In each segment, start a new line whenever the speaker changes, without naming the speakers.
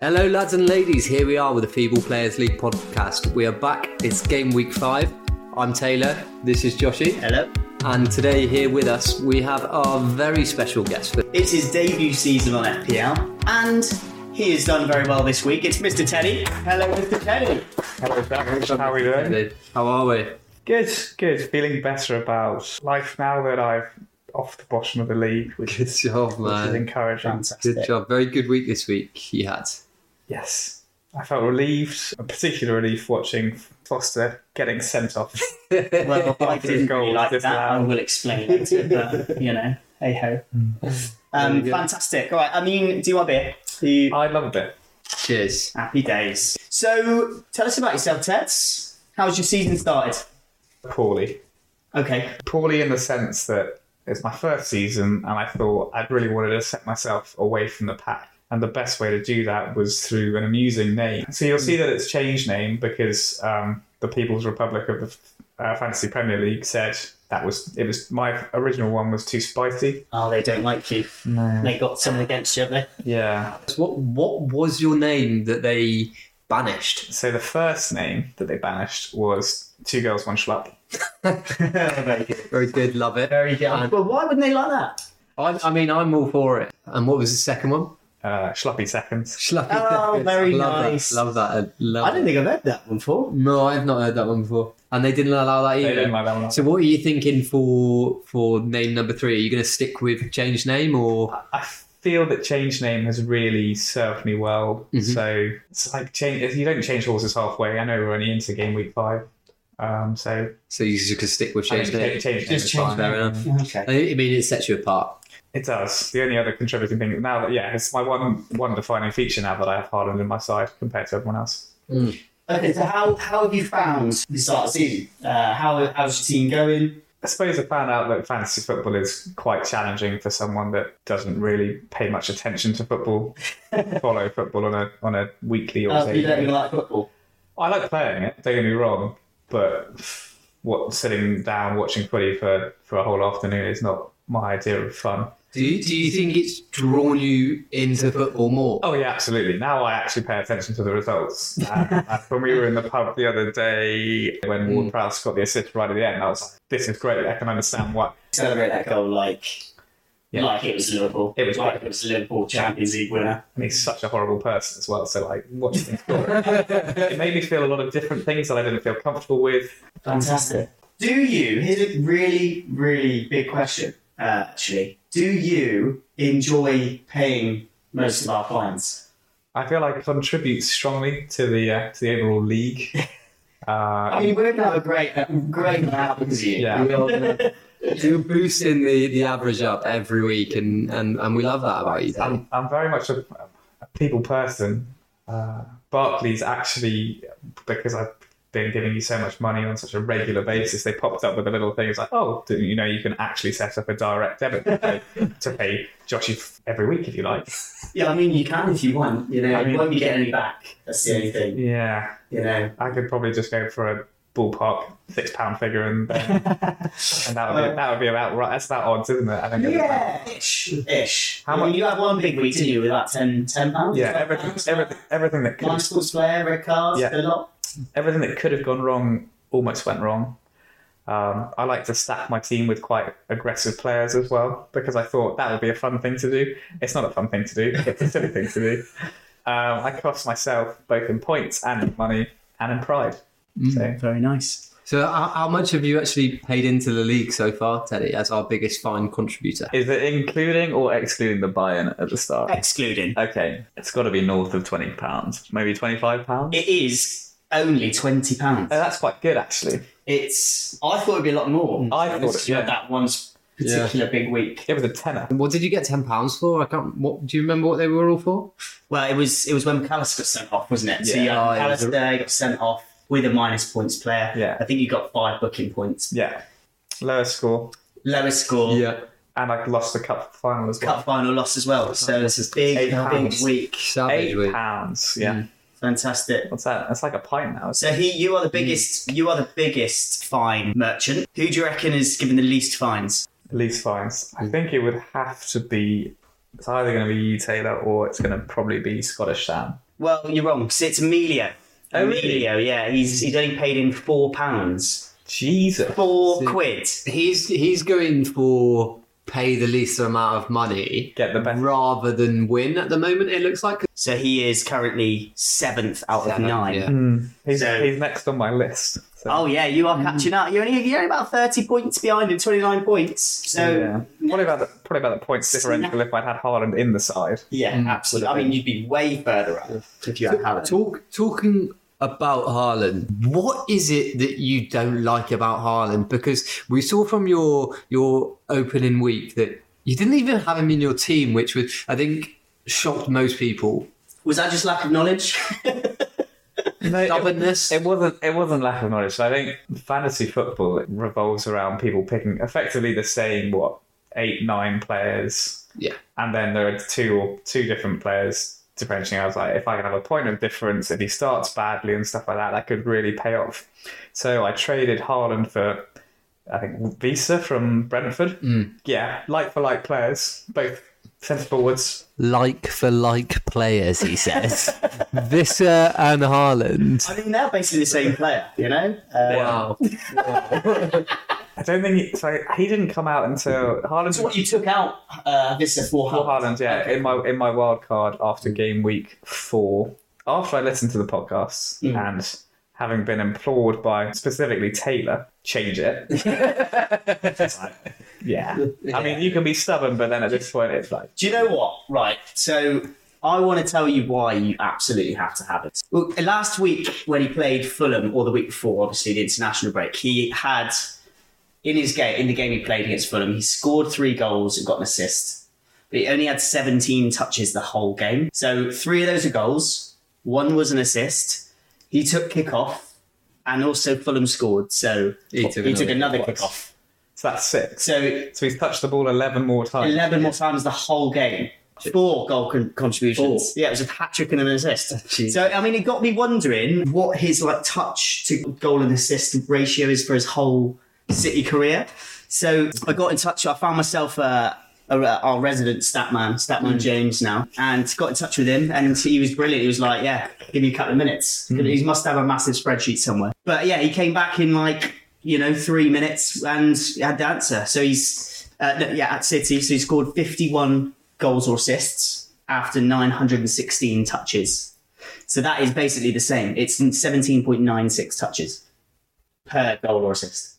Hello, lads and ladies. Here we are with the Feeble Players League podcast. We are back. It's game week five. I'm Taylor. This is Joshy.
Hello.
And today, here with us, we have our very special guest.
It's his debut season on FPL, and he has done very well this week. It's Mr. Teddy. Hello, Mr. Teddy.
Hello, Jack. How are we doing?
How are we?
Good, good. Feeling better about life now that I've off the bottom of the league, which
Good
is,
job,
which is
man.
encouraging.
Good job. Very good week this week you had.
Yes, I felt relieved. A particular relief watching Foster getting sent off.
Well, I
After
didn't
his goal
really like
this
that. I
round.
will explain later, but you know, hey ho. Um,
Yeah.
fantastic. All right. I mean, do you want beer? Do you-
I loved it.
Cheers.
Happy days. So, tell us about yourself, Tets. How's your season started?
Poorly,
Okay.
poorly in the sense that it's my first season, and I thought I really wanted to set myself away from the pack. And the best way to do that was through an amusing name. So you'll see that it's changed name because um, the People's Republic of the uh, Fantasy Premier League said that was it was my original one was too spicy.
Oh, they don't like you.
No.
They got something against you, haven't
Yeah.
What What was your name that they banished?
So the first name that they banished was Two Girls One Schlap.
they? Very good.
Very good. Love it.
Very good.
And-
Well, why wouldn't they like that?
I, I mean, I'm all for it. And what was the second one?
Uh, Schluppy seconds.
Schluffy
Oh,
Dickens.
very
love
nice.
That. Love that. I Love
I don't
it.
think I've heard that one before.
No, I've not heard that one before. And they didn't allow that
They
either.
didn't like that one.
So what are you thinking for for name number three? Are you going to stick with change name or
I feel that change name has really served me well. So it's like change. You don't change horses halfway. I know we're only into game week five. Um, so
so you just going to stick with
I mean,
change name?
change, change name.
Just
is
change
fine.
Fair enough.
Okay.
I I mean, it sets you apart.
It does. The only other contributing thing now that yeah, it's my one one defining feature now that I have Haaland in my side compared to everyone else.
Okay, so how, how have you found the start of the season? Uh, how, how's your team going?
I suppose I found out that fantasy football is quite challenging for someone that doesn't really pay much attention to football, follow football on a on a weekly or
Uh, you
daily
don't even like football.
I like playing it. Don't get me wrong, but what sitting down watching footy for for a whole afternoon is not my idea of fun.
Do you, do you think it's drawn you into football more?
Oh yeah, absolutely. Now I actually pay attention to the results. Um, and when we were in the pub the other day, when Ward Prowse got the assist right at the end, I was like, "This is great. I can understand why."
Celebrate that goal like,
Yeah.
like it was Liverpool.
It was
like it was Liverpool Champions League winner.
And he's such a horrible person as well. So like, watching him score, it made me feel a lot of different things that I didn't feel comfortable with.
Fantastic. Do you? Here's a really, really big question. Uh, actually, do you enjoy paying most of our fines?
I feel I contribute strongly to the uh, to the overall league. Uh,
I mean, we're gonna have a great, a great night because of you.
Yeah.
We are gonna- You're boosting the, the average up every week, and, and, and we love that about you. Dan.
I'm, I'm very much a, a people person. Uh, Barclays actually, because I've been giving you so much money on such a regular basis, they popped up with a little thing. It's like, oh, do you know, you can actually set up a direct debit to pay, to pay Josh if- every week if you like.
Yeah, I mean, you can if you want. You know,
I mean-
you won't be getting any back. That's the only thing.
Yeah,
You know.
I could probably just go for a ballpark six pound figure and then, and that would be that would be about right. That's about odds, isn't it? I think. at the moment.
Yeah, ish, ish.
How
I mean, you had one big week, didn't you? With that 10, 10 pounds.
Yeah,
£12
everything, everything, everything that could
One sports player, red cards,
Yeah.
a lot.
everything that could have gone wrong almost went wrong. Um, I like to stack my team with quite aggressive players as well because I thought that would be a fun thing to do. It's not a fun thing to do. It's a silly thing to do. Um, I cost myself both in points and in money and in pride. So
Very nice.
So, how, how much have you actually paid into the league so far, Teddy, as our biggest fine contributor?
Is it including or excluding the buy-in at the start?
Excluding.
Okay, it's got to be north of twenty pounds, maybe twenty-five pounds.
It is only twenty pounds.
Oh, that's quite good actually.
It's. I thought it'd be a lot more.
I thought
Because
it-
you had
yeah.
that one particular big week.
It was a tenner.
What did you get ten pounds for? I can't. What do you remember? What they were all for?
Well, it was. It was when McAllister got sent off, wasn't it? so
Yeah.
you had
Oh, it was a-
McAllister got sent off with a minus points player.
Yeah.
I think you got five booking points.
Yeah, lowest score,
Lowest score.
and I lost the cup final as well.
Cup final loss as well. So this is big,
Eight
big
pounds.
week.
savage. Hmm.
Eight
week.
pounds. Yeah,
Fantastic.
what's that? That's like a pint now.
So he, you
Hmm.
are the biggest, you are the biggest fine merchant. Who do you reckon is given the least fines?
Least fines. I think it would have to be. It's either going to be you, Taylor, or it's going to probably be Scottish Sam.
Well, you're wrong. 'cause It's Emilio.
Oh, really?
Emilio, yeah. He's he's only paid in four pounds.
Jesus.
Hmm.
Four
So-
quid.
He's he's going for pay the least amount of money
Get the best.
rather than win at the moment. It looks like
So he is currently seventh out
Seventh,
of nine.
yeah.
Hmm.
He's,
So-
he's next on my list. So.
Oh yeah, you
Hmm.
are catching up. You're only, you're only about thirty points behind in twenty nine points. So
Probably about the, probably about the points differential if I'd had Haaland in the side.
yeah,
Hmm.
absolutely. I mean, you'd be way further up if you had Haaland.
Talk, talking about Haaland, what is it that you don't like about Haaland? Because we saw from your your opening week that you didn't even have him in your team, which was I think shocked most people.
Was that just lack of knowledge?
No, it-
Stubbornness.
It wasn't. It wasn't lack of knowledge. So I think fantasy football revolves around people picking effectively the same what eight nine players,
yeah,
and then there are two or two different players differentiating. I was like, if I can have a point of difference, if he starts badly and stuff like that, that could really pay off. So I traded Haaland for. I think Visa from Brentford. Yeah, like for like players, both sensible woods.
like for like players, he says. Visser and Haaland.
I mean, they're basically the same player, you know. Uh,
Wow.
I don't think he, so. He didn't come out until Haaland.
So what you took out uh, this is for
For
Haaland.
Haaland, yeah, in my in my wild card after game week four, after I listened to the podcast and having been implored by specifically Taylor, change it. It's like, yeah. I mean, you can be stubborn, but then at this point, it's like
Do you know what? Right. So I want to tell you why you absolutely have to have it. Well, last week when he played Fulham, or the week before, obviously the international break, he had in his game in the game he played against Fulham, he scored three goals and got an assist, but he only had 17 touches the whole game. So three of those are goals. One was an assist. He took kick off, and also Fulham scored. So
He took
he took
another
another kick off.
so that's six.
So
So he's touched the ball eleven more times.
11 more times the whole game. Four goal con- contributions. Yeah, it was a hat trick and an assist.
Jeez.
So I mean, it got me wondering what his like touch to goal and assist ratio is for his whole City career. So I got in touch. I found myself uh, a, our resident stat man, stat man James now, and got in touch with him. And he was brilliant. He was like, "Yeah, give me a couple of minutes. He must have a massive spreadsheet somewhere." But yeah, he came back in like you know three minutes and had the answer. So he's uh, no, yeah at City. So he scored fifty-one goals or assists after nine hundred and sixteen touches. So that is basically the same. It's 17.96 touches per goal or assist.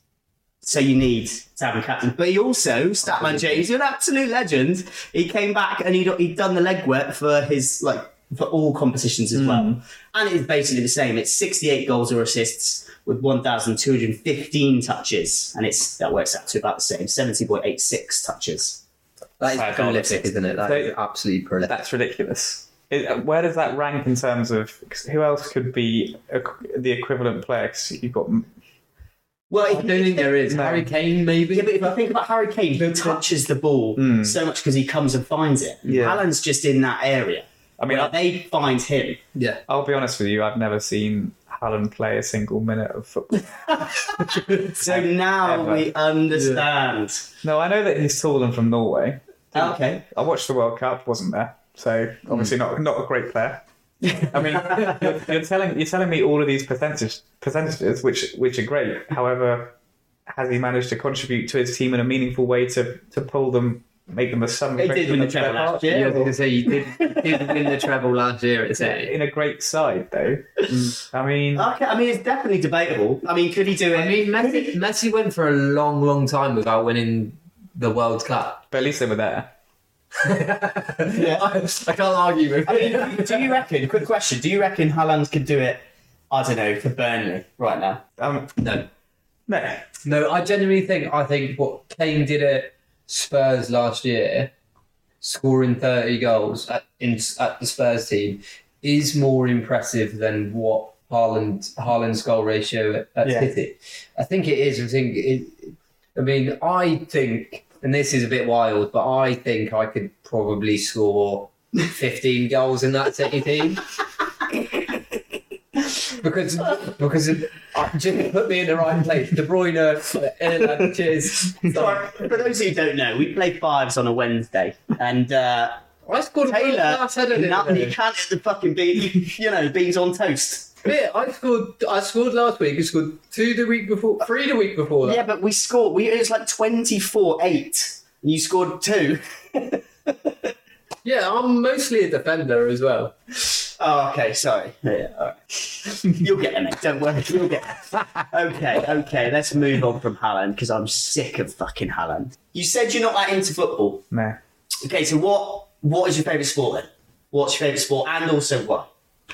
So you need to have a captain. But he also, Statman James, you're an absolute legend. He came back and he'd, he'd done the legwork for his, like, for all competitions as well. And it's basically the same. It's 68 goals or assists with 1,215 touches. And it's that works out to about the same, 70.86 touches.
That
Five
is prolific,
goals.
isn't it? That is
So-
absolutely prolific.
That's ridiculous. It, uh, where does that rank in terms of 'cause who else could be a, the equivalent player? 'Cause you've got
Well,
I don't think there is. Harry Kane, maybe?
Yeah, but if I think about Harry Kane, he touches the ball so much because he comes and finds it.
Hmm. Yeah.
Haaland's just in that area.
I mean,
Where they find him.
yeah.
I'll be honest with you, I've never seen Haaland play a single minute of football.
So now
Ever.
we understand.
no, I know that he's stolen from Norway.
Okay.
I watched the World Cup, wasn't there? So obviously
Hmm.
not not a great player. I mean, you're, you're telling you're telling me all of these percentage, percentages, which which are great. However, has he managed to contribute to his team in a meaningful way to to pull them, make them a sum?
He did win the treble last
Yeah, I was
year.
going to say you did, you did win the treble last year at City.
in a great side, though.
Hmm.
I mean,
Okay, I mean, it's definitely debatable. I mean, could he do it?
I mean, Messi, Messi went for a long, long time without winning the World Cup.
but at least they were there.
I, can't argue with it.
I mean, do you reckon, quick question, do you reckon Haaland could do it, I don't know, for Burnley right now?
Um,
No,
no,
no, I genuinely think I think what Kane did at Spurs last year, scoring thirty goals at in, at the Spurs team, is more impressive than what Haaland Haaland's goal ratio at, at
Yeah.
City. I think it is. I think it, I mean, I think, and this is a bit wild, but I think I could probably score 15 goals in that City team. Because, because of, uh, just put me in the right place. De Bruyne, Ireland, cheers.
Sorry, for those who don't know, we play fives on a Wednesday, and uh,
I scored a
Taylor,
world-class header the
nothing.
other
You
day.
can't hit the fucking bean. You know, beans on toast.
Yeah, I scored. I scored last week. I scored two the week before, three the week before that.
Yeah, but we scored. We it was like twenty four eight. You scored two.
Yeah, I'm mostly a defender as well.
Oh, okay, sorry. Yeah, all right. You'll get it, mate. Don't worry. You'll get it. Okay, okay. Let's move on from Haaland because I'm sick of fucking Haaland. You said you're not that into football.
No.
Okay, so what what is your favourite sport then? What's your favourite sport and also why?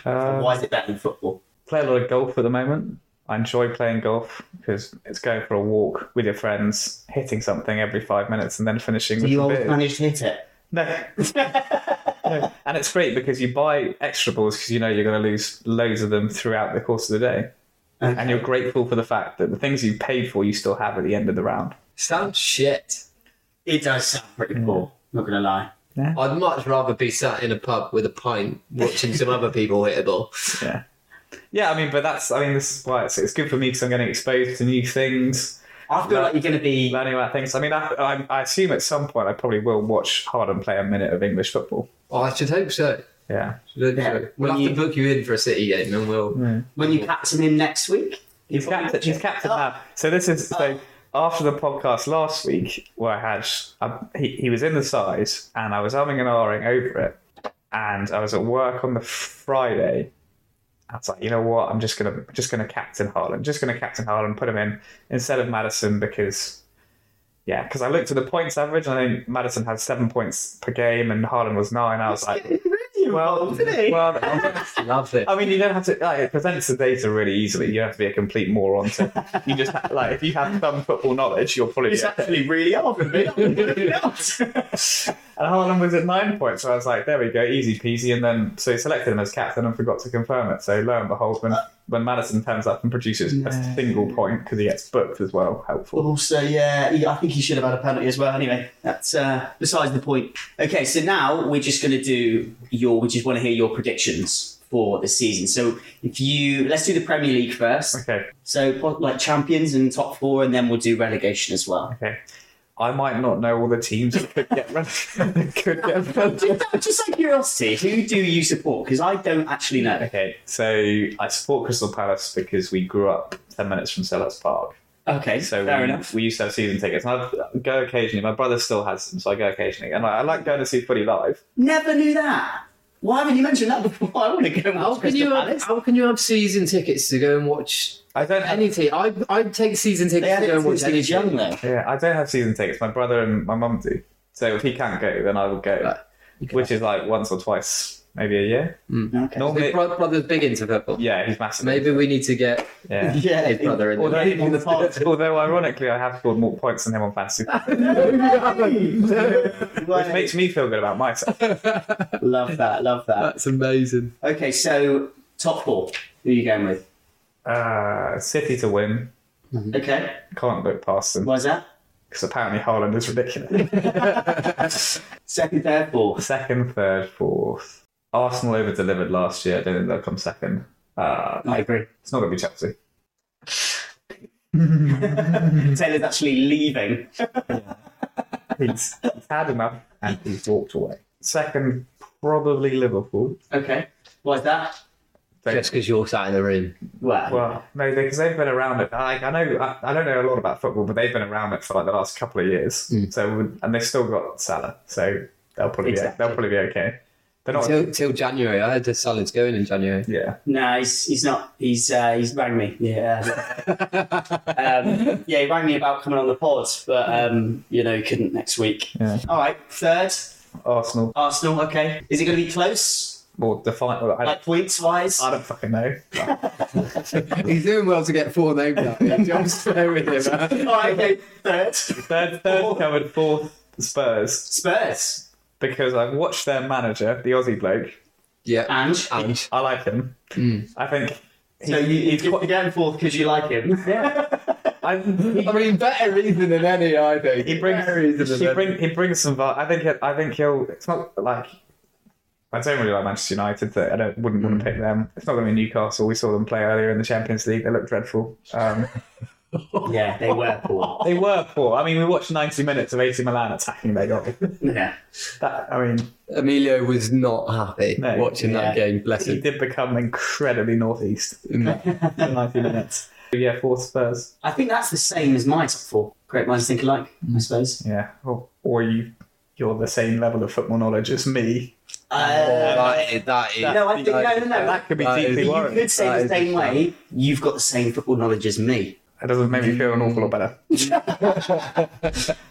Um,
why is it better than football?
play a lot of golf at the moment. I enjoy playing golf because it's going for a walk with your friends, hitting something every five minutes, and then finishing with
You
a
always
bit.
manage to hit it.
No. no. And it's great because you buy extra balls because you know you're going to lose loads of them throughout the course of the day. And you're grateful for the fact that the things you paid for, you still have at the end of the round.
Sounds shit.
It does sound pretty cool. Not gonna lie.
I'd much rather be sat in a pub with a pint watching some other people hit a ball.
Yeah, I mean, but that's, I mean, this is why it's, it's good for me because I'm getting exposed to new things,
I feel like you're gonna be.
learning about things. I mean, I, I, I assume at some point I probably will watch Harden play a minute of English football.
Oh, I should hope so.
Yeah.
Should hope
Yeah,
so. We'll
when
have
you-
to book you in for a City game and we'll.
When you captain him next week,
He's captain. He's captain now. So this is so after the podcast last week where I had um, he, he was in the size and I was umming and ahhing over it, and I was at work on the Friday. I was like, you know what? I'm just gonna just gonna captain Haaland. Just gonna captain Haaland. Put him in instead of Madison because. Yeah, because I looked at the points average, and I think Madison had seven points per game, and Haaland was nine. I was like, well, well, I'm gonna-
Oh,
Lovely.
I mean, you don't have to. Like, it presents the data really easily. You don't have to be a complete moron. To, you just ha like if you have some football knowledge, you'll probably.
it's
Be okay.
actually really hard for me.
And Haaland was at nine points, so I was like, "There we go, easy peasy." And then so he selected him as captain and forgot to confirm it. So lo and behold, when when Madison turns up and produces a single point because he gets booked as well, helpful.
also, yeah, he- I think he should have had a penalty as well. Anyway, that's uh, besides the point. Okay, so now we're just gonna do your. We just want to hear your predictions for the season. So if you let's do the Premier League first.
Okay,
So po- like champions and top four, and then we'll do relegation as well.
okay. I might not know all the teams that could get relegated. could get relegated.
Just out of curiosity, who do you support? Because I don't actually know.
Okay, so I support Crystal Palace because we grew up ten minutes from Sellers Park.
Okay,
So um,
fair
we,
enough.
we used to have season tickets, and I go occasionally. My brother still has them, so I go occasionally. And I, I like going to see footy live.
Never knew that. Why haven't you mentioned that before? I want to go and
How
watch
can
Crystal
you uh, have,
Palace.
how can you have season tickets to go and watch
I don't have,
any team? I I'd take season
They
tickets
had
to go
it
and watch
since he
any
was young,
team.
though.
yeah, I don't have season tickets. My brother and my mum do. So if he can't go, then I will go,
Right.
which is like once or twice, maybe a year.
Okay.
My
Normally,
bro- brother's big into football.
yeah, he's massive.
Maybe we need to get
Yeah.
Yeah,
his brother in.
Although,
there.
on the pod.
although ironically, I have scored more points than him on fantasy, which
Right.
makes me feel good about myself.
love that, love that.
That's amazing.
Okay, so top four. Who are you going with?
Uh, City to win.
Okay,
Can't look past them
why's that?
because apparently Haaland is ridiculous.
Second, third, fourth.
second, third, fourth. Arsenal over delivered last year. I don't think they'll come second. Uh,
I agree.
it's not going to be Chelsea.
Taylor's actually leaving.
He's, he's had enough and he's walked away. Second, probably Liverpool.
Okay, why's that?
They-
Just because you're sat in the room.
Well,
well, no, because they've been around it. Like, I know, I, I don't know a lot about football, but they've been around it for like the last couple of years. So, and they've still got Salah, so they'll probably be,
Exactly.
they'll probably be okay. They're not.
Till, till January. I heard the Salad's going in January.
yeah,
No, he's, he's not. He's uh, he's rang me. Yeah. um, yeah, he rang me about coming on the pod, but um, you know, he couldn't next week.
Yeah.
All right, third
Arsenal
Arsenal. Okay, is it going to be close?
or the final. I,
Like points wise?
I don't fucking know.
He's doing well to get four names out. I'm fair with him.
All right, okay, third
Third, third covered fourth Spurs
Spurs
because I've watched their manager, the Aussie bloke.
Yeah.
and.
And
I like him. I think.
So you, you're going fourth because you like him.
I, he,
I mean, better reason than any, I think.
he brings
better reason than
he,
any.
bring, he brings some vi I think he- I think he'll. It's not like I don't really like Manchester United. So I don't wouldn't want to pick them. It's not going to be Newcastle. We saw them play earlier in the Champions League. They looked dreadful. Um,
Yeah, they were poor.
They were poor. I mean, we watched 90 minutes of AC Milan attacking their goal.
Yeah.
That, I mean,
Emilio was not happy
No.
watching that game. Bless
he
him.
did become incredibly northeast
No.
in 90 minutes. But yeah, four Spurs.
I think that's the same as my top four. Great minds think alike, I suppose.
Yeah, or, or you, you're the same level of football knowledge as me.
Uh,
that is, that is,
no, I think no, no, no.
That could be
That
deeply
is-
you
worrying.
could say the
That is-
same way. You've got the same football knowledge as me.
That doesn't make me feel an awful lot better.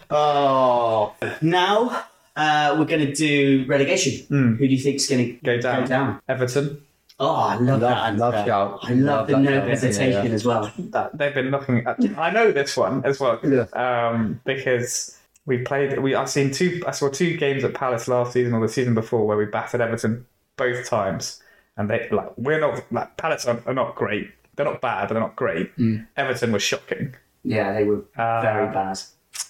Oh. Now uh, we're going to do relegation.
Mm.
Who do you think's going to
Go down. Everton,
Oh, I love,
Love-
that.
love
answer.
shout.
I love,
Love
the
that
no
shout.
hesitation
Yeah, yeah.
as well.
that, they've been looking at. I know this one as well
Yeah.
um, because we played. We I've seen two. I saw two games at Palace last season or the season before where we battered Everton both times, and they like we're not like Palace are, are not great. They're not bad, but they're not great.
Mm.
Everton was shocking.
Yeah, they were
Uh,
very bad.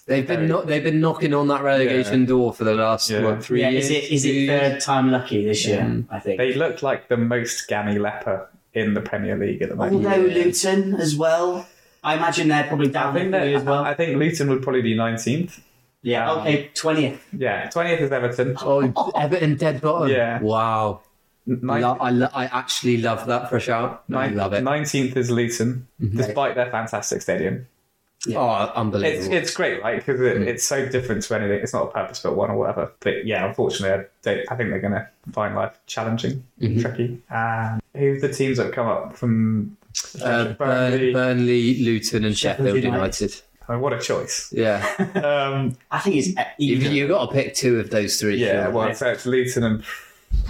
They've been no, they've been knocking on that relegation door for the last
Yeah.
what, three
yeah,
years.
is it is
two
it
years?
third time lucky this year? I think.
They looked like the most gammy leper in the Premier League at the moment.
Although Luton as well, I imagine they're probably
I
down
think
there as
that,
well.
I think Luton would probably be nineteenth.
yeah,
um,
okay, twentieth.
Yeah, twentieth is Everton.
Oh, Everton dead bottom.
Yeah.
Wow.
Ninth-
Lo- I, lo- I actually love that for a shout. I love it. Mhm.
Nineteenth is Luton, despite their fantastic stadium.
Oh, unbelievable.
It's it's great, right? Because it,
Mm.
it's so different to anything. It's not a purpose-built one or whatever. But yeah, unfortunately, I, don't, I think they're going to find life challenging,
Mm-hmm.
tricky. And who's the teams that have come up from
uh, Burnley.
Burnley?
Burnley, Luton, and Sheffield
Sheffield United.
United.
I mean, what a choice.
Yeah,
Um,
I think it's
you've,
even.
you've got to pick two of those three.
yeah,
surely.
well, so it's Luton and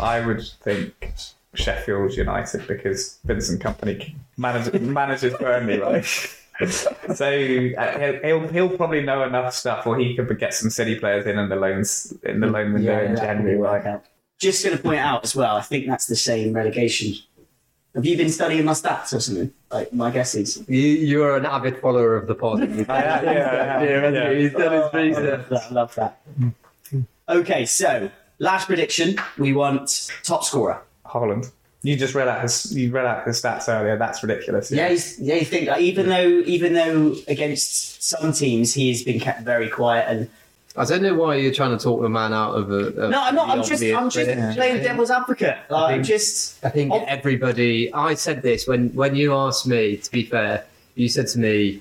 I would think Sheffield United because Vincent Company manages, manages Burnley, right? so uh, he'll, he'll he'll probably know enough stuff, or he could get some city players in in the loans in the loan window in January, right?
Just going to point out as well. I think that's the same relegation. Have you been studying my stats or something? Like my guess is.
you, you're an avid follower of the pod.
yeah, yeah, Oh. yeah, yeah.
He's done his
I
research.
love that. I love that.
Mm.
Okay, so last prediction. We want top scorer.
Holland. You just read out his you read out his stats earlier. That's ridiculous.
Yeah, he's, yeah. You think like, even though even though against some teams he has been kept very quiet and
I don't know why you're trying to talk the man out of a. of
No, I'm not.
the
I'm just. I'm
obvious
just
bit.
playing devil's advocate. Like, I'm just.
I think
Oh.
everybody. I said this when when you asked me. To be fair, you said to me,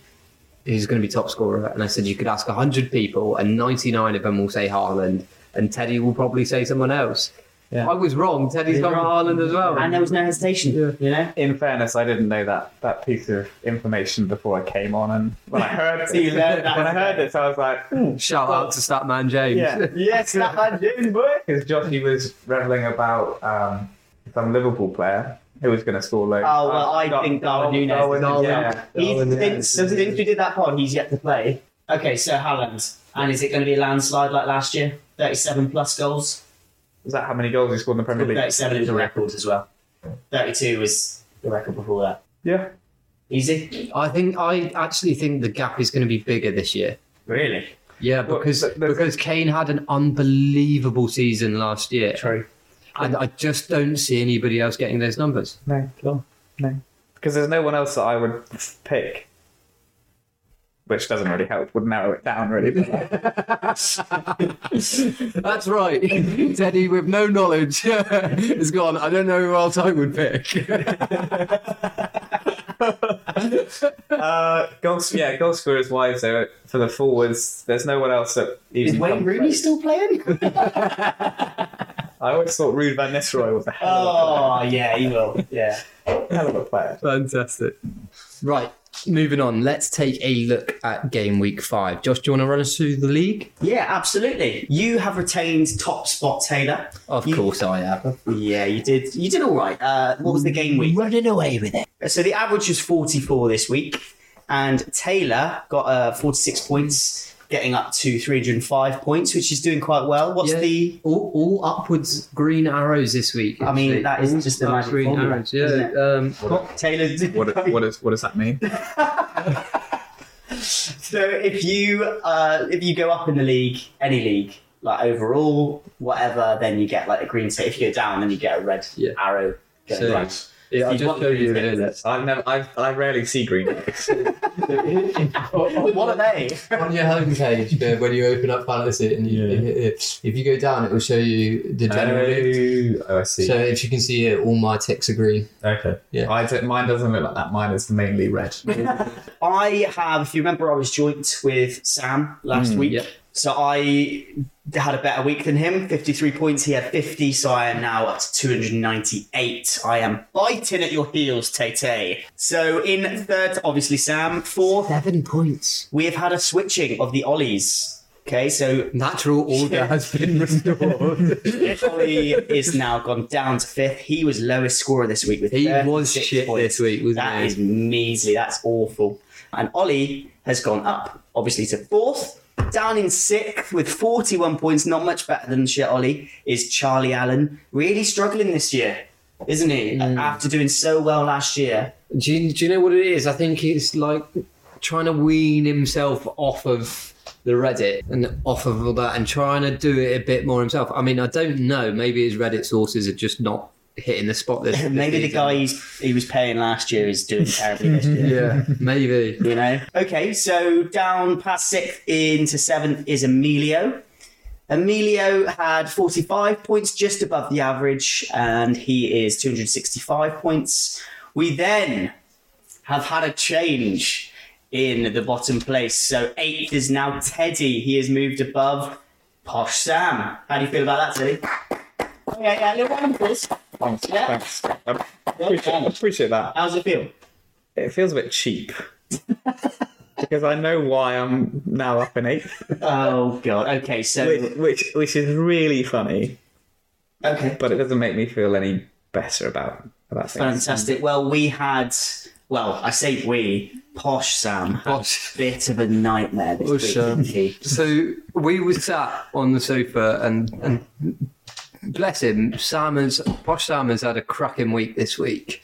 "Who's going to be top scorer?" And I said, "You could ask hundred people, and ninety nine of them will say Haaland, and Teddy will probably say someone else."
Yeah.
I was wrong. Teddy's
You're
gone for Haaland as well.
And there was no hesitation.
Yeah.
You know.
In fairness, I didn't know that that piece of information before I came on, and when I heard
So you learned that.
when I heard this, I was like, hmm,
Shout out to Statman James.
yeah,
Yes, that man doing boy.
because Joshy was reveling about um, some Liverpool player who was going to score loads.
Oh well, I
Dar-
think Darwin Nunes.
Darwin,
Darwin,
yeah.
He's
Darwin
since,
Nunes.
since we did that pod, he's yet to play. Okay, so Haaland. And is it going to be a landslide like last year? Thirty-seven plus goals.
Is that how many goals he scored in the Premier League?
Thirty-seven is a record as well. Thirty-two was the record before that.
Yeah,
Easy.
I think I actually think the gap is going to be bigger this year.
Really.
Yeah,
Well,
because
the- the-
because Kane had an unbelievable season last year,
True.
and I just don't see anybody else getting those numbers.
no, no, no, because there's no one else that I would pick. Which doesn't really help. Would narrow it down really. but-
That's right. Teddy, with no knowledge, is gone. I don't know who else I would pick.
Uh, goal, yeah, goal scorers wise though for the forwards, there's no one else that
Is
even.
Wayne
comes
Rooney
close.
still playing?
I always thought Rude Van Nistelrooy was a hell of
oh yeah, he will. Yeah.
a, hell of a player.
Fantastic. Right, moving on. Let's take a look at game week five. Josh, do you want to run us through the league?
Yeah, absolutely. You have retained top spot, Taylor.
Of
You-
course, I have.
Yeah, you did. You did all right. Uh, what was the game week?
Running away with it.
So the average was forty-four this week, and Taylor got uh, forty-six points, getting up to three hundred and five points, which is doing quite well. What's
Yeah.
the?
All, all upwards green arrows this week.
I mean,
actually.
that is
All
just the
up
magic
green
formula,
arrows.
isn't
Yeah.
it?
Um,
Taylor,
What what is what does that mean?
so if you uh, if you go up in the league, any league, like overall, whatever, then you get like a green. So if you go down, then you get a red
Yeah.
arrow. Going
So-
right.
Yeah, I'll just show you in a minute.
I've never, I, I rarely see green eggs.
what are they?
on your homepage uh, when you open up Fantasy and you,
Yeah.
if, if you go down, it will show you the general. list.
oh, oh, I see.
so if you can see here, all my ticks are green.
okay.
Yeah.
I don't, mine doesn't look like that. Mine is mainly red.
I have, if you remember, I was joint with Sam last week.
yeah.
So I had a better week than him. 53 points. He had 50. So I am now up to 298. I am biting at your heels, Tay Tay. So in third, obviously, Sam. Fourth,
Seven points.
we have had a switching of the Ollies. Okay, so
Natural order has been restored.
Ollie is now gone down to fifth. He was lowest scorer this week with
he was
36
shit
points.
this week, wasn't
That
he?
is measly. That's awful. And Ollie has gone up, obviously, to fourth. Down in sixth with 41 points, not much better than shit Ollie, is Charlie Allen. Really struggling this year, isn't he?
Mm.
After doing so well last year.
Do you, do you know what it is? I think he's like trying to wean himself off of the Reddit and off of all that and trying to do it a bit more himself. I mean, I don't know. Maybe his Reddit sources are just not hitting the spot. This, this
Maybe the
season.
guy he's, he was paying last year is doing terribly this year.
Yeah, maybe.
you know. Okay, so down past sixth into seventh is Emilio. Emilio had 45 points, just above the average, and he is 265 points. We then have had a change in the bottom place. So eighth is now Teddy. He has moved above Posh Sam. How do you feel about that, Teddy? Oh, Yeah, yeah, a little round of applause.
Thanks.
Yeah.
Thanks. I appreciate, appreciate that.
How's it feel?
It feels a bit cheap. because I know why I'm now up in eighth,
Oh, God. Okay, so.
which, which which is really funny,
Okay.
but it doesn't make me feel any better about about things.
Fantastic. Well, we had, well, I say we, posh Sam, had
Posh.
a bit of a nightmare this
Posh
week.
Sam.
didn't he?
So we were sat on the sofa, and, and bless him, Simon's posh Simon's had a cracking week this week,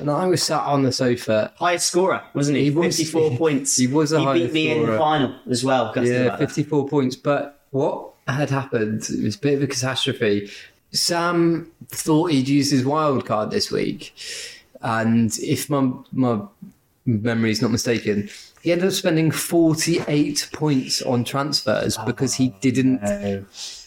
and I was sat on the sofa.
Highest scorer, wasn't he?
He was-
54 points.
he was the
He beat
highest
me in the
scorer.
final as well. gutted
Yeah,
about that.
fifty-four points. But what had happened? It was a bit of a catastrophe. Sam thought he'd used his wild card this week, and if my my memory's not mistaken. He ended up spending 48 points on transfers because he didn't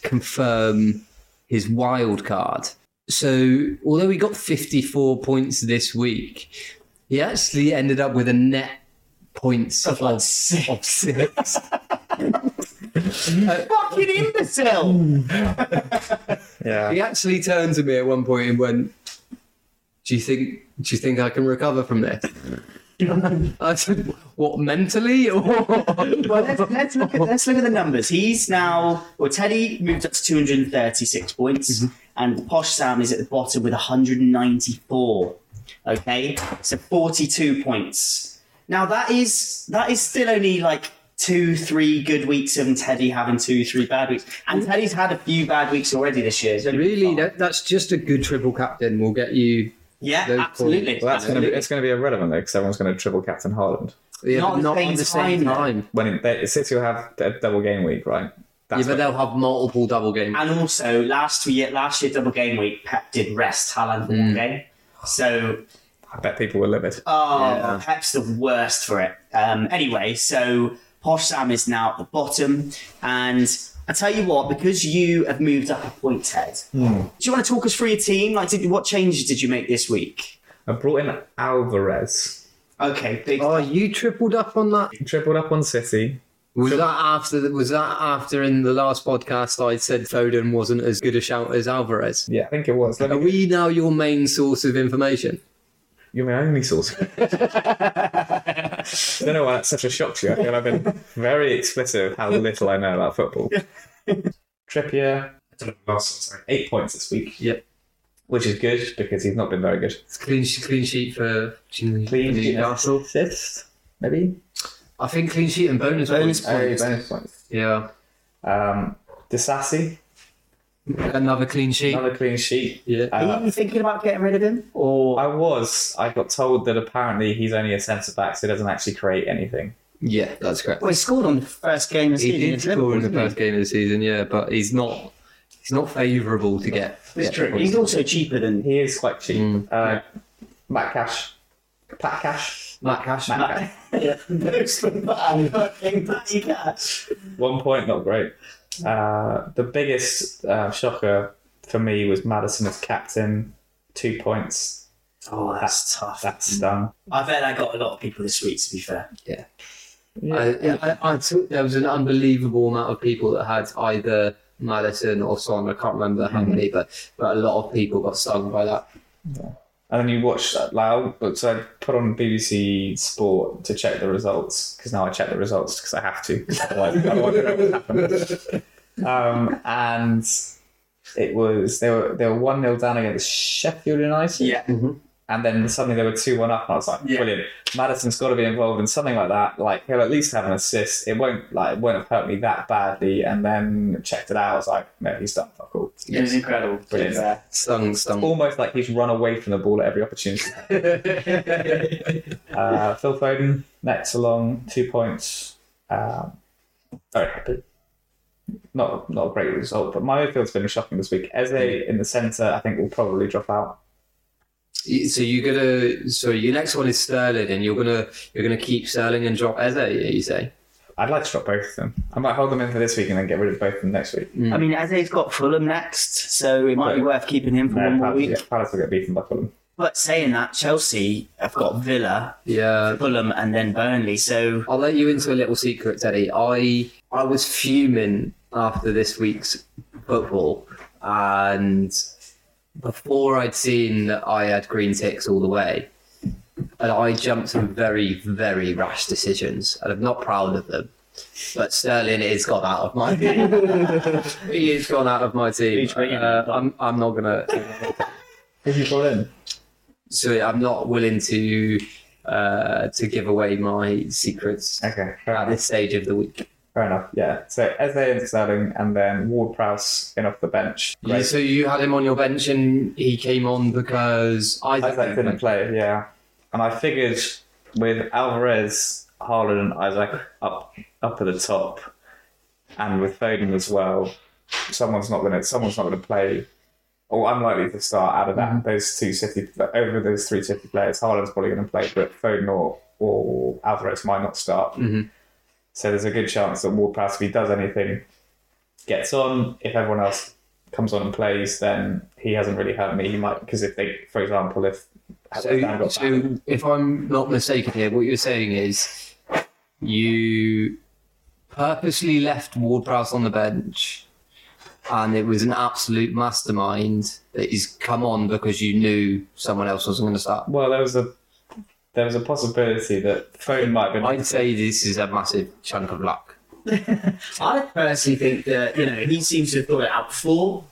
confirm his wild card. So, although he got 54 points this week, he actually ended up with a net points of,
like
of
six.
six.
Fucking imbecile!
Yeah.
he actually turned to me at one point and went, "Do you think? Do you think I can recover from this?" I said, "What mentally?" Or
Well, let's, let's, look at, let's look at the numbers. He's now, well, Teddy moved up to 236 points,
Mm-hmm.
and Posh Sam is at the bottom with 194. Okay, so 42 points. Now that is that is still only like two, three good weeks of Teddy having two, three bad weeks, and Teddy's had a few bad weeks already this year. It's only-
really, that, that's just a good triple captain. Will get you.
yeah,
those
absolutely.
Well, that's going to
absolutely.
be it's going to be irrelevant though, because everyone's going to triple Captain Haaland.
Yeah,
Not
but
at the
not
same
at the same
time,
time.
When it, they, City will have a double game week, right?
Yeah,
That's
but
when-
they'll have multiple double games.
And also, last year, last year double game week, Pep did rest Haaland for
Mm.
one game, so
I bet people were livid.
Oh,
Yeah.
perhaps the worst for it. Um, anyway, so Posh Sam is now at the bottom. And I tell you what, because you have moved up a point, Ted,
Hmm.
do you want to talk us through your team? Like, did, what changes did you make this week?
I brought in Alvarez,
Okay, big.
Oh, you tripled up on that.
tripled up on City.
Was that after? the- Was that after in the last podcast I said Foden wasn't as good a shout as Alvarez?
Yeah, I think it was. Let
Are
me,
we now your main source of information?
you're my only source. I don't know why that's such a shock to you. I feel I've been very explicit of how little I know about football. Trippier, I don't know who else, sorry, eight points this week.
Yep.
Which is good because he's not been very good.
It's clean sh- clean sheet for clean
Clean sheet.
Newcastle.
Assist, maybe?
I think clean sheet and bonus,
Bonus
points.
Oh, bonus points.
Yeah,
Um, Disassi,
another clean sheet.
another clean sheet.
Yeah.
Uh,
Are you thinking about getting rid of him? Or
I was. I got told that apparently he's only a centre back, so he doesn't actually create anything.
Yeah, that's correct.
well, he scored on the first game of the
He
season.
did
against
score
Liverpool,
in the
didn't he?
first game of the season. Yeah, but he's not. He's not favourable to get.
It's
get
true.
points.
He's also cheaper than
He is quite cheap.
Mm.
Uh, Matt Cash. Pat Cash.
Matt Cash. Uh,
Matt Cash.
yeah, those from fucking Patty Cash.
One point, not great. Uh, the biggest uh, shocker for me was Madison as captain. Two points.
Oh, that's tough.
That stung.
I bet that got a lot of people this week. To be fair,
I, I, I took, there was an unbelievable amount of people that had either Madison or Son. I can't remember how many, but but a lot of people got stung by that.
And then you watched that loud, but so I put on BBC Sport to check the results because now I check the results because I have to. Otherwise, otherwise I don't know what happened. Um, and it was they were they were one 0 down against Sheffield United.
yeah,
and then suddenly they were 2 1 up, and I was like,
Yeah.
brilliant. Madison's got to be involved in something like that. Like, he'll at least have an assist. It won't, like, it won't have hurt me that badly. And then checked it out. I was like, no, he's done. Fuck all.
it was incredible. To be
Brilliant.
fair.
Stung, stung.
Almost like he's run away from the ball at every opportunity. uh, Phil Foden, next along, two points. Um, very happy. Not, not a great result, but my midfield's been shocking this week. Eze in the centre, I think, will probably drop out.
So you're gonna. So your next one is Sterling, and you're gonna you're gonna keep Sterling and drop Eze. You say.
I'd like to drop both of them. I might hold them in for this week and then get rid of both of them next week.
I mean, Aze's got Fulham next, so it might be worth keeping him for
No,
one more
Palace,
week.
yeah, Palace will get beaten by Fulham.
But saying that, Chelsea have got Villa,
Yeah.
Fulham, and then Burnley. So
I'll let you into a little secret, Teddy. I I was fuming after this week's football, and before I'd seen that I had green ticks all the way, and I jumped some very very rash decisions, and I'm not proud of them. But Sterling is gone out of my team. he is gone out of my team.
He's bringing it
Uh, I'm I'm not gonna.
Who's you brought in?
So I'm not willing to uh, to give away my secrets
Okay, fair
at
enough.
this stage of the week.
Fair enough. Yeah. So Eze and Sterling, and then Ward Prowse in off the bench.
You-
Great.
so you had him on your bench and he came on because Isaac,
Isaac didn't play. Yeah, and I figured with Alvarez, Harlan, and Isaac up up at the top, and with Foden as well, someone's not gonna someone's not gonna play. Or unlikely to start out of that.
Mm-hmm.
Those two city over those three city players, Harlan's probably going to play, but Foden or, or Alvarez might not start.
Mhm.
So there's a good chance that Ward Prowse, if he does anything, gets on. If everyone else comes on and plays, then he hasn't really hurt me. He might because if they, for example, if West Ham
So,
got banned-
so if I'm not mistaken here, what you're saying is you purposely left Ward Prowse on the bench and it was an absolute mastermind that he's come on because you knew someone else wasn't going to start.
well, there was a there was a possibility that phone might have been.
I'd say this is a massive chunk of luck.
I personally think that you know he seems to have thought it out before.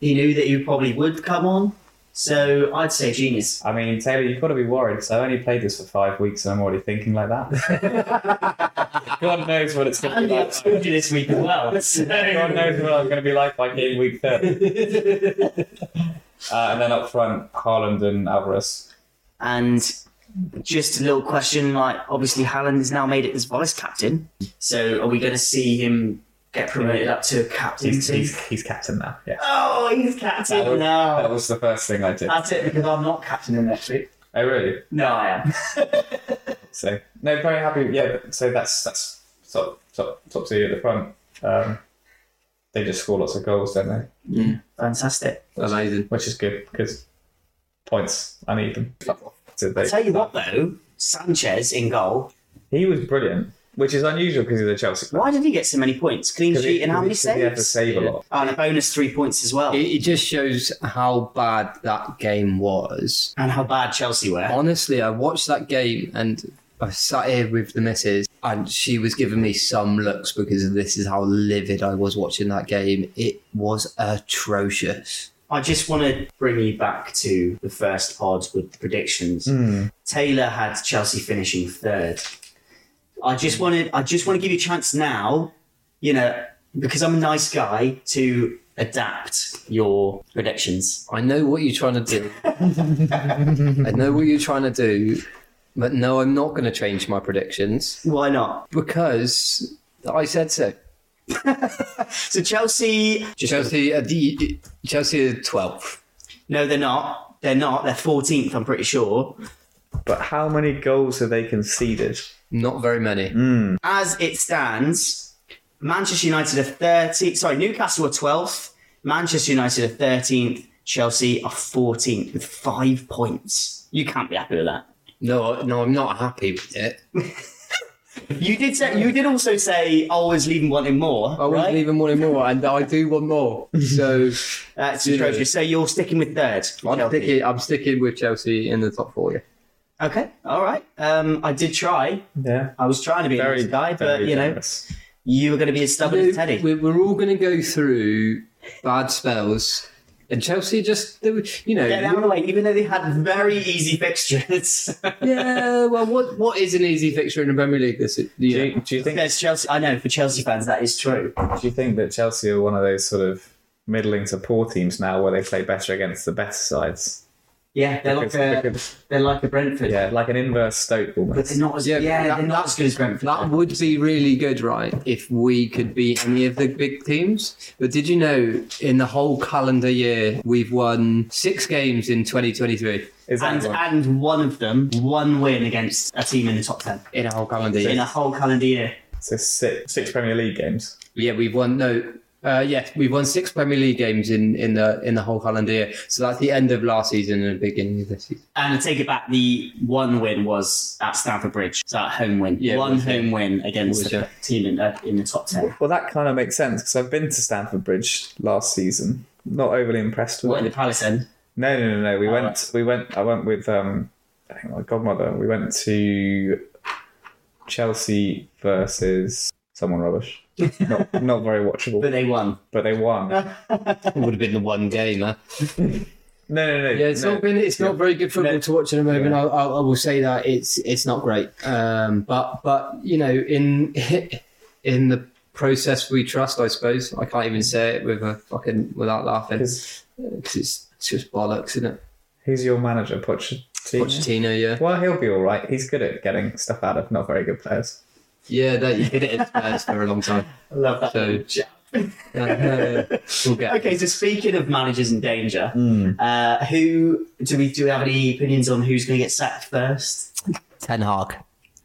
He knew that he probably would come on, so I'd say genius.
I mean, Taylor, you've got to be worried. So I only played this for five weeks, and I'm already thinking like that. God knows what it's going to
And
be
the
like.
exposure this week as well. So.
God knows what I'm going to be like by game week thirty. uh, and then up front, Haaland and Alvarez.
And just a little question, like obviously Halland has now made it as vice captain. So are we going to see him get promoted up to captain?
He's, he's, he's captain now. Yeah.
oh, he's
That was,
captain
that
now.
was the first thing I did.
That's it because I'm not captain in next week.
Oh really?
No, I am.
So no, very happy. Yeah. So that's that's top top top two at the front. Um, they just score lots of goals, don't they?
Fantastic.
Amazing.
Which is good because points uneven. So they-
I tell you what though, Sanchez in goal.
he was brilliant, which is unusual because he's a Chelsea player.
Why did he get so many points? Clean
'Cause he-
sheet and how many
'cause He had to
saves?
save a lot.
Oh, and a bonus three points as well.
It, it just shows how bad that game was.
and how bad Chelsea were.
Honestly, I watched that game and I sat here with the missus, and she was giving me some looks because this is how livid I was watching that game. It was atrocious.
I just want to bring you back to the first pod with the predictions.
Hmm.
Taylor had Chelsea finishing third. I just wanted, I just want to give you a chance now, you know, because I'm a nice guy to adapt your predictions.
I know what you're trying to do. I know what you're trying to do, but no, I'm not going to change my predictions
Why not?
because I said so.
So Chelsea,
Chelsea, are the- Chelsea are 12th.
no, they're not. They're not. They're 14th, I'm pretty sure.
But how many goals have they conceded?
Not very many.
As it stands, Manchester United are 13th. Sorry, Newcastle are 12th. Manchester United are 13th. Chelsea are 14th with five points. You can't be happy with that.
No, no, I'm not happy with it.
You did say you did also say always leaving wanting more.
I wasn't
right?
even wanting more, and I do want more. So
That's
you know.
atrocious. So you're sticking with third.
I'm
Chelsea.
sticking, I'm sticking with Chelsea in the top four. Yeah.
Okay, all right. Um, I did try.
Yeah.
I was trying to be a nice guy, but you know,
generous.
you were going to be as stubborn as Teddy.
We're, we're all going to go through bad spells, and Chelsea just, they were- you know,
Get out of the way, even though they had very easy fixtures.
yeah. Well, what what is an easy fixture in the Premier League this?
Do
Yeah.
you, do you think
There's Chelsea. I know for Chelsea fans that is true.
do you think that Chelsea are one of those sort of middling to poor teams now where they play better against the better sides?
Yeah, they're
Because-
like a
because-
they're like a Brentford.
yeah, like an inverse Stoke
uh, But
almost.
they're not as
Yeah,
yeah,
that-
they're not as good as Brentford.
That would be really good, right? If we could beat any of the big teams. But did you know, in the whole calendar year, we've won six games in 2023
Is that
and
one?
and one of them one win against a team in the top ten
in a whole calendar
in
year?
a whole calendar year.
So six, six Premier League games.
Yeah, we've won no. Uh, yes, we've won six Premier League games in, in the in the whole calendar year. So that's the end of last season and the beginning of this season.
And I take it back. The one win was at Stamford Bridge, so a home win.
Yeah, it
one
was, yeah.
home win against
It was,
a
yeah.
team in the, in the top ten.
Well, that kind of makes sense because I've been to Stamford Bridge last season. Not overly impressed with
What in the
it.
Palace end?
No, no, no, no. We went.
right.
We went. I went with. Um, I think my godmother. We went to Chelsea versus someone rubbish. Not not very watchable,
But they won.
but they won. No,
It would have been the one game, huh?
no, no.
Yeah, it's
no.
not been. It's not very good football to watch at the moment. I, I, I will say that it's it's not great. Um, but but you know, in in the process we trust, I suppose. I can't even say it with a fucking without laughing
'Cause
'Cause it's just bollocks, isn't it?
Who's your manager, Pochettino?
Pochettino, yeah,
Well, he'll be all right. He's good at getting stuff out of not very good players.
yeah, that you did it in Spurs for a long time.
I love that.
So-
little chat.
Uh, we'll get
Okay, so speaking of managers in danger,
Hmm.
uh, who do we do we have any opinions on who's going to get sacked first?
Ten Hag.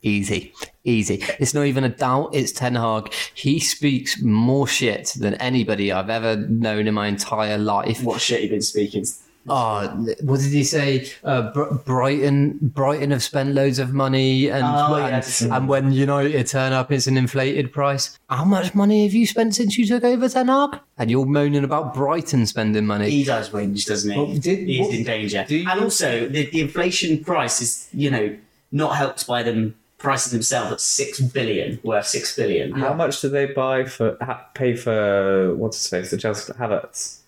Easy. Easy. It's not even a doubt. It's Ten Hag. He speaks more shit than anybody I've ever known in my entire life.
What shit you've been speaking?
Oh, what did he say? Uh, Br- Brighton, Brighton have spent loads of money, and
Oh,
and,
yes.
and when United turn up, it's an inflated price. How much money have you spent since you took over Ten Hag? And you're moaning about Brighton spending money.
He does whinge, doesn't he?
Well, did-
He's
what-
in danger.
do you-
and also, the, the inflation price is you know not helped by them pricing themselves at six billion, worth six billion.
How much do they buy for ha- pay for what's his face the Chelsea Havertz?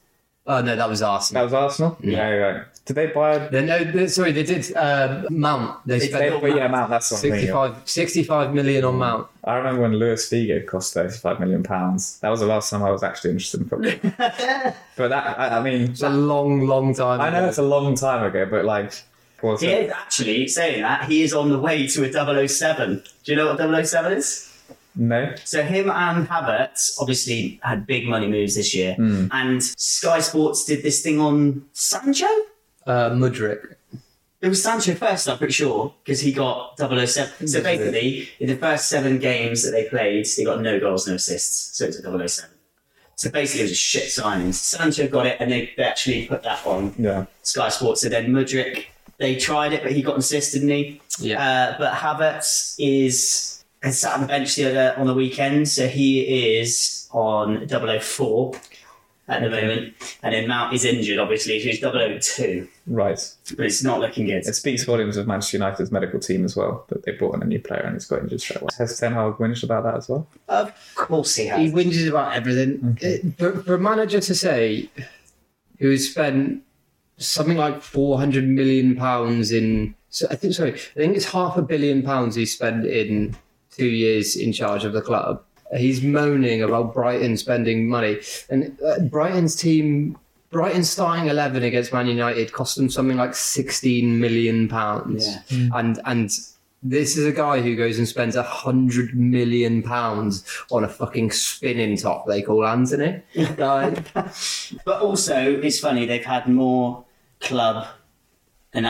Oh no, that was
That
Arsenal.
was Arsenal. Yeah, right. Did they buy?
Then no, they- sorry, they did uh, Mount. They
They,
spent
but yeah, Mount. That's what I'm thinking. of.
65, 65 million on Mount.
I remember when Luis Figo cost thirty-five million pounds. That was the last time I was actually interested in football. but that, I, I mean,
It's a long, long time.
I know
ago.
it's a long time ago, but like, was
He
it?
is actually saying that he is on the way to a 007. Do you know what 007 is?
No,
So him and Havertz obviously had big money moves this year, and Sky Sports did this thing on Sancho.
uh, Mudrick.
It was Sancho first, I'm pretty sure, because he got 007. So basically, in the first seven games that they played, they got no goals, no assists. So it's a 007. So basically, it was a shit signing. Sancho got it, and they, they actually put that on
yeah.
Sky Sports. So then Mudrick, they tried it, but he got an assist, didn't he?
Yeah.
Uh, but Havertz is has sat on the bench the other on the weekend, so he is on 004 at the moment, and then Mount is injured, obviously, so he's 002,
Right.
but it's not looking good.
It speaks volumes of Manchester United's medical team as well that they brought in a new player and he's got injured straight away. Has Ten Hag whinged about that as well?
Of course he
Uh, he
has.
whinges about everything. It- Uh, for, for a manager to say who has spent something like four hundred million pounds in, so I think sorry, I think it's half a billion pounds he spent in two years in charge of the club. He's moaning about Brighton spending money, and uh, Brighton's team, Brighton's starting eleven against Man United, cost them something like sixteen million pounds, and and this is a guy who goes and spends a hundred million pounds on a fucking spinning top they call Anthony. Like,
But also, it's funny they've had more club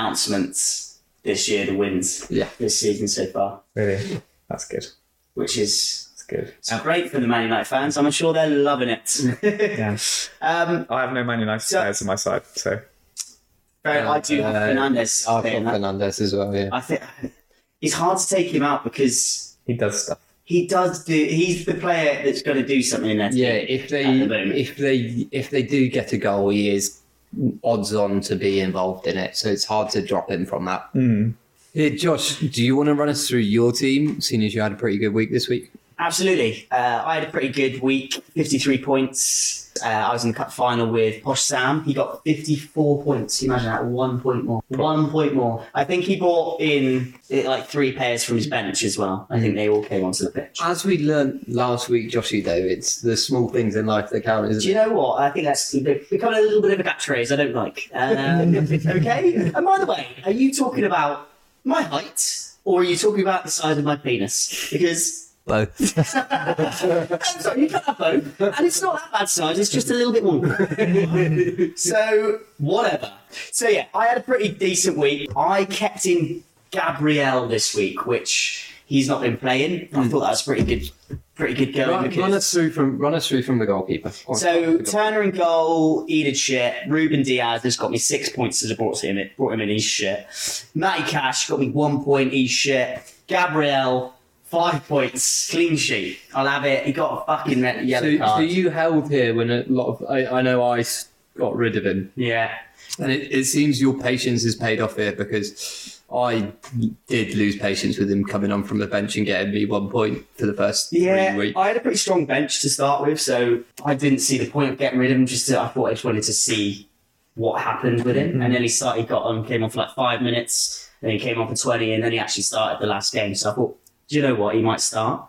announcements this year, the wins
Yeah.
this season so far,
Really, that's good.
which is
That's good.
it's great for the Man United fans. I'm sure they're loving it.
Yeah.
um,
I have no Man United
So-
players on my side, so
but I do have
Uh,
Fernandez.
I've
saying
got
that.
Fernandez as well, yeah.
I think it's hard to take him out because
he does stuff.
he does do. He's the player that's going to do something in that.
Yeah,
team.
if they
At the moment.
if they if they do get a goal, he is odds on to be involved in it. So it's hard to drop him from that.
Mm.
Yeah, Josh, do you want to run us through your team, seeing as you had a pretty good week this week?
Absolutely. Uh, I had a pretty good week, 53 points. Uh, I was in the cup final with Posh Sam. He got 54 points. Can you Imagine that, one point more. One point more. I think he brought in eh, like three pairs from his bench as well. I think they all came onto the pitch.
As we learned last week, Joshy, though, it's the small things in life that count,
Do
isn't
you
it?
know what? I think that's they've become a little bit of a catchphrase I don't like. Um, okay? And by the way, are you talking about my height or are you talking about the size of my penis? Because
Both.
I'm sorry, you cut that phone, and it's not that bad size. It's just a little bit awkward. so whatever. So yeah, I had a pretty decent week. I kept in Gabrielle this week, which he's not been playing. I thought that was pretty good, pretty good going.
run,
because-
run us through from run us through from the goalkeeper. Or-
so Turner in goal, he did shit. Ruben Diaz has got me six points as I brought him in. Brought him in, he's shit. Matty Cash got me one point, he's shit. Gabriel, five points, clean sheet. I'll have it. He got a fucking red, yellow
so, so
card.
you held here when a lot of I, I know I s- got rid of him,
yeah,
and it, it seems your patience has paid off here because I did lose patience with him coming on from the bench and getting me one point for the first three
yeah.
weeks.
I had a pretty strong bench to start with, so I didn't see the point of getting rid of him. Just to, I thought I just wanted to see what happened with
Mm-hmm.
him, and then he started. He got on, came on for like five minutes, then he came on for twenty, and then he actually started the last game. So I thought, do you know what? He might start.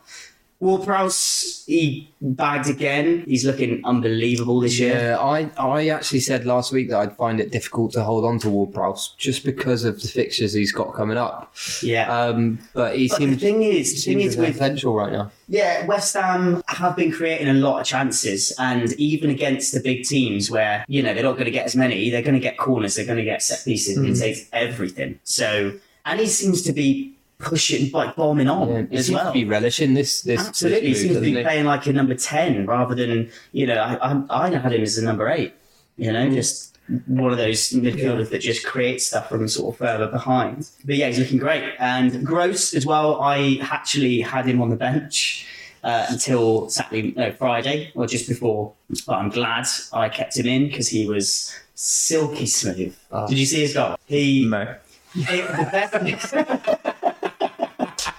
Ward Prowse, he bagged again. He's looking unbelievable this year.
Yeah, I, I actually said last week that I'd find it difficult to hold on to Ward-Prowse just because of the fixtures he's got coming up.
Yeah.
Um, but he
but the
seems,
thing
he
is, the thing
seems
is
with
with
potential right now.
Yeah, West Ham have been creating a lot of chances, and even against the big teams where you know they're not going to get as many, they're going to get corners, they're going to get set pieces. It
Hmm.
takes everything. So, and he seems to be pushing, like bombing
Yeah,
on
he
as
seems
well.
to be relishing this. this
Absolutely, he
this move,
seems to be
doesn't he?
playing like a number ten rather than you know I I, I had him as a number eight. You know, just one of those midfielders that just creates stuff from sort of further behind. But yeah, he's looking great. And Gross as well. I actually had him on the bench. Uh, until Saturday, no, Friday, or just before. But I'm glad I kept him in because he was silky smooth.
Ah.
Did you see his goal? He
No,
it- the best-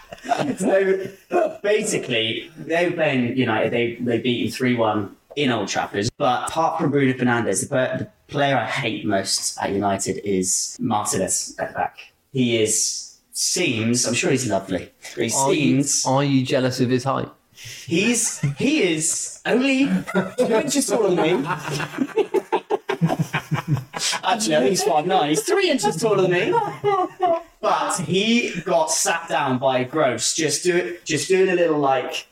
so basically, they were playing United. They they beat him three one in Old Trafford. But apart from Bruno Fernandes, the, per- the player I hate most at United is Martinez at back. He is seems. I'm sure he's lovely. But he
Are you,
seems
are you jealous of his height?
he's he is only two inches taller than me. Actually, I think he's five nine. He's three inches taller than me. But he got sat down by Gross, just do just doing a little like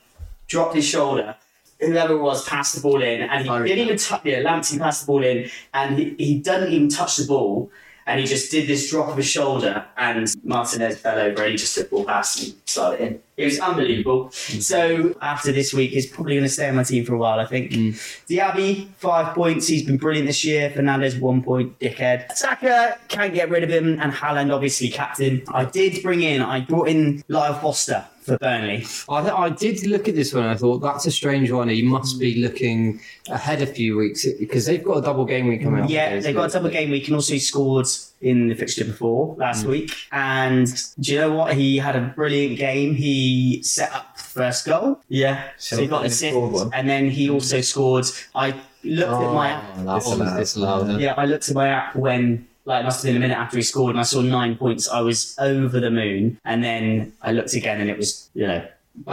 dropped his shoulder. Whoever it was passed the ball in, and he
Harry.
didn't even touch. Yeah, Lamptey passed the ball in, and he, he doesn't even touch the ball, and he just did this drop of his shoulder, and Martinez fell over, and he just took the ball past and slid it in. It was unbelievable. So after this week, he's probably going to stay on my team for a while. I think. Diaby, five points. He's been brilliant this year. Fernandez, one point. Dickhead. Saka can't get rid of him, and Haaland, obviously captain. I did bring in. I brought in Lyle Foster for Burnley.
I, th- I did look at this one. and I thought that's a strange one. He must
Mm.
be looking ahead a few weeks because they've got a double game week coming up.
Yeah,
against
they've got a double
Liverpool.
game week and also he scored in the fixture before last week. And do you know what? He had a brilliant game. He set up the first goal. Yeah. So, he got an
he
assist.
scored one.
And then he also scored. I looked at my app.
Oh, that one was disallowed.
Yeah, I looked at my app when like it must have been a minute after he scored and I saw nine points. I was over the moon. And then I looked again and it was, you know,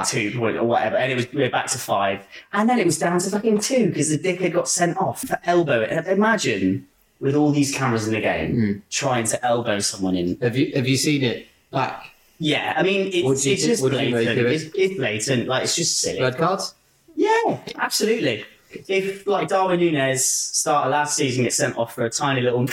two point or whatever. And it was we were back to five. And then it was down to fucking two because the dickhead got sent off for elbow. And Imagine with all these cameras in the game
Hmm.
trying to elbow someone in.
Have you have you seen it back?
Yeah, I mean
What
it's,
do you think-
it's just
what do you make
blatant.
of it?
It's, it's blatant. Like it's just silly.
Red cards?
Yeah, absolutely. If like Darwin Nunes started last season gets sent off for a tiny little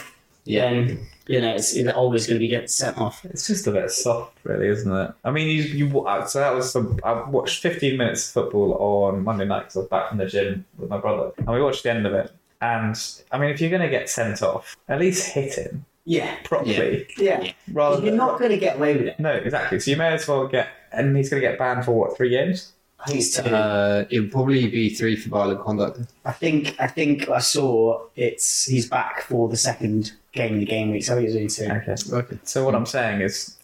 Yeah.
then you know, it's, it's always going to be getting sent off.
It's just a bit soft, really, isn't it? I mean, you, you wa- so that was some. I watched 15 minutes of football on Monday night because I was back from the gym with my brother, and we watched the end of it. And I mean, if you're going to get sent off, at least hit him
Yeah,
properly,
yeah.
rather
You're
than
not going to get away with it.
no, exactly. So you may as well get, and he's going to get banned for what three games?
I think it's two.
Uh, it would probably be three for violent conduct.
I think I think I saw it's he's back for the second game of the game week. So he's only two.
Okay.
Okay.
So what I'm saying is,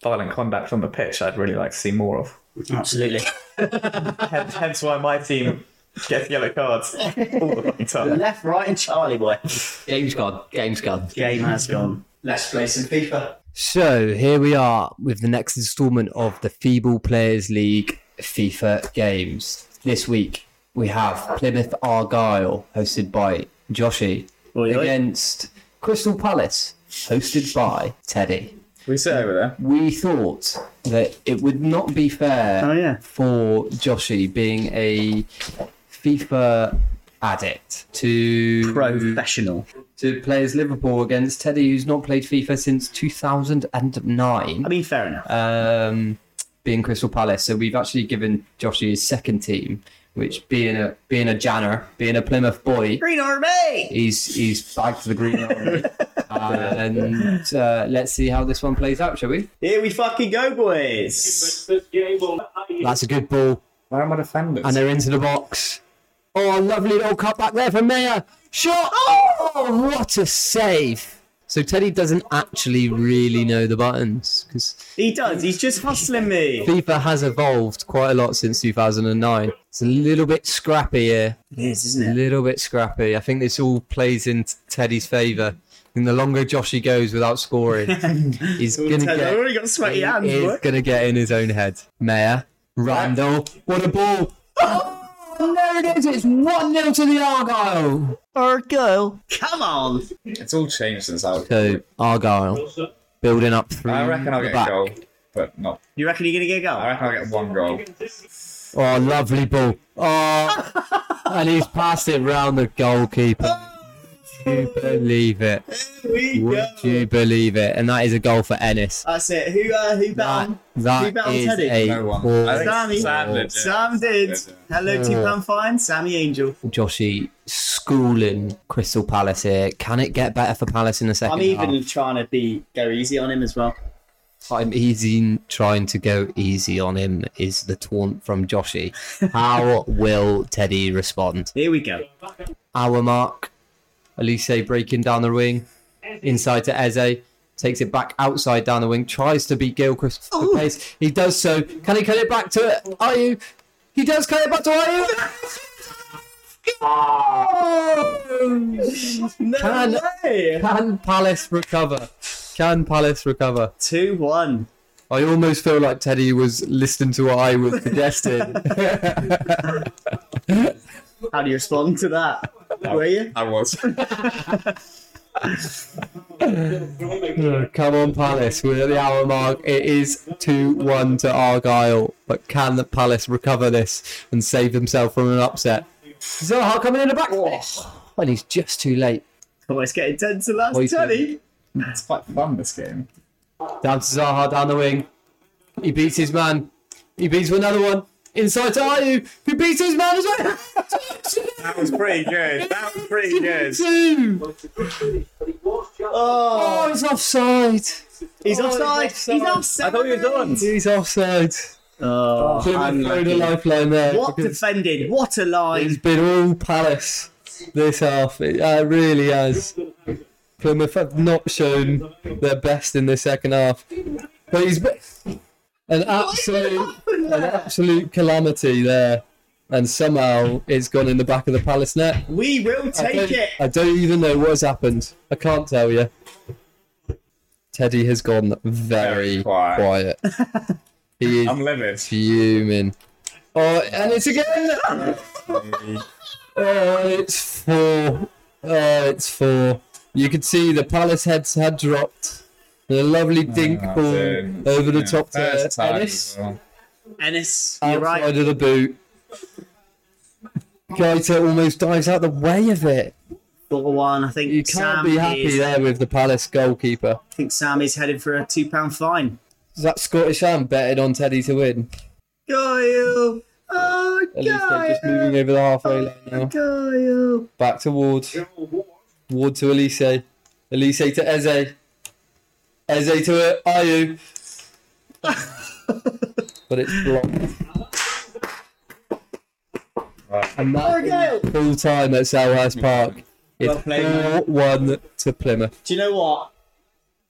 violent conduct on the pitch, I'd really like to see more of.
Absolutely.
Hence, hence why my team gets yellow cards all the fucking time.
Left, right, and Charlie boy.
Game's gone. Game's gone.
Game has gone. Let's play some FIFA.
So here we are with the next instalment of the Feeble Players League FIFA games. This week we have Plymouth Argyle, hosted by Joshy,
Oi, oi.
against Crystal Palace, hosted by Teddy.
We sit over there.
We thought that it would not be fair
Oh, yeah.
for Joshy, being a FIFA addict, to
Professional.
to play as Liverpool against Teddy, who's not played FIFA since 2009,
I mean, fair enough.
um, being Crystal Palace. So we've actually given Joshy his second team, which being a being a Janner, being a Plymouth boy,
Green Army.
he's he's back to the green army. and uh, let's see how this one plays out, shall we?
Here we fucking go, boys.
That's a good ball.
Why am I defending?
and they're into the box. Oh, a lovely little cutback there from Mayer. Shot! Oh, what a save! So Teddy doesn't actually really know the buttons because
He does. He's just hustling me.
FIFA has evolved quite a lot since 2009. It's a little bit scrappy here,
It is,
a
isn't
little bit scrappy. I think this all plays in Teddy's favour. And the longer Joshy goes without scoring, he's gonna get
already got sweaty hands,
he is
boy.
going to get in his own head. Mayer, Randall, what a ball! Oh, there it is! It's 1 0 to the Argyle! Argyle!
Come on.
It's all changed since I was. Mm,
So, Argyle building up through
I reckon I'll
the
get
back.
a goal, but not.
You reckon you're going to get
I
a
reckon I'll get one goal.
Oh, lovely ball. Oh, and he's passed it round the goalkeeper. Would you believe it?
goal? We
Would you believe it? And that is a goal for Ennis.
That's it. Who, uh, who bet
That,
on? Who
that
bet on
is
Teddy?
a
No one.
ball.
I think
Sammy.
Sam did.
Sam did. Hello, two pound fine. Sammy Angel.
Joshy schooling Crystal Palace here. Can it get better for Palace in the second
I'm
half?
even trying to be go easy on him as well.
I'm easy trying to go easy on him is the taunt from Joshy. How will Teddy respond?
Here we go.
Our mark. Elise breaking down the wing. Inside to Eze. Takes it back outside down the wing. Tries to beat Gilchrist for pace. He does so. Can he cut it back to Ayu? He does cut it back to Ayu.
No
Can-
way.
Can Palace recover? Can Palace recover?
Two one.
I almost feel like Teddy was listening to what I was suggesting.
How do you respond to that? Were you?
I was.
Mm, Come on, Palace. We're at the hour mark. It is 2 1 to Argyle. But can the Palace recover this and save themselves from an upset? Zaha coming in the back. And he's just too late.
Oh, it's getting tense at last
Wait,
twenty.
it's quite fun this game.
Down to Zaha, down the wing. He beats his man. He beats for another one. Inside to Ayu, who beats his man as well.
That was pretty good. That was pretty good.
Two.
Oh,
Oh, he's offside.
he's offside. He's offside.
I thought you were done.
He's offside.
Oh,
Plymouth thrown a lifeline there.
what
because-
defending? What a line.
It's been all Palace this half. It uh, really has. Plymouth have not shown their best in the second half. But he's been an absolute, an absolute calamity there. And somehow it's gone in the back of the Palace net.
We will
I
take
don't,
it.
I don't even know what's happened. I can't tell you. Teddy has gone very
Very quiet.
quiet. he is
I'm livid.
fuming. Oh, and it's again.
uh,
Oh, it's four.
uh,
Oh, it's four. You could see the Palace heads had dropped. The lovely dink
Oh,
ball
dude.
over the top to
First time
Ennis.
as well.
Ennis, you're
Outside
right.
of the boot. Gaita almost dives out the way of it.
bought one. I think
You can't
Sam
be happy eh?
is,
there with the Palace goalkeeper.
I think Sam is headed for a two pound fine.
That Scottish hand betted on Teddy to win.
Guile, oh
At least they're just moving
Guile,
over the halfway line
oh,
now.
Guile.
Back to Ward. Ward to Elise. Elise to Eze. Eze to Ayu. but it's blocked. And that is full time at Selhurst Park.
Well
It's
played,
4 1 to Plymouth.
Do you know what?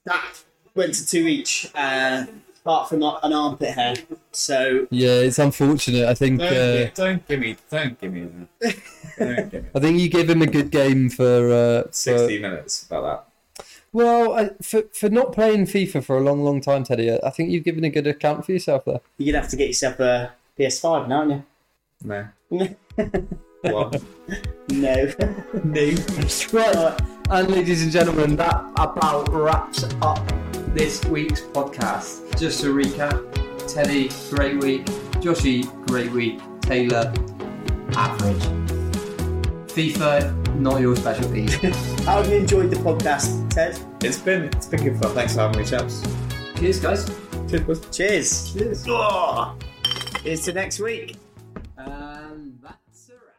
That went to two each, uh, apart from an armpit hair. So
Yeah, it's unfortunate. I think
Don't,
uh,
gi- don't give me, don't give me that. Don't give me
uh, I think you give him a good game for uh, for-
60 minutes about
Well, I, for for not playing FIFA for a long, long time, Teddy, I I think you've given a good account for yourself there.
you're gonna have to get yourself a PS5 now, aren't you?
that.
No.
No. What?
No.
Right, and ladies and gentlemen, that about wraps up.
This week's podcast. Just to recap, Teddy, great week. Joshy, great week. Taylor, average. FIFA, not your specialty.
How have you enjoyed the podcast, Ted?
It's been, it's been good fun. Thanks for having me, chaps.
Cheers, guys.
Cheers. Cheers. Oh, here's to next week.
Um, that's a wrap.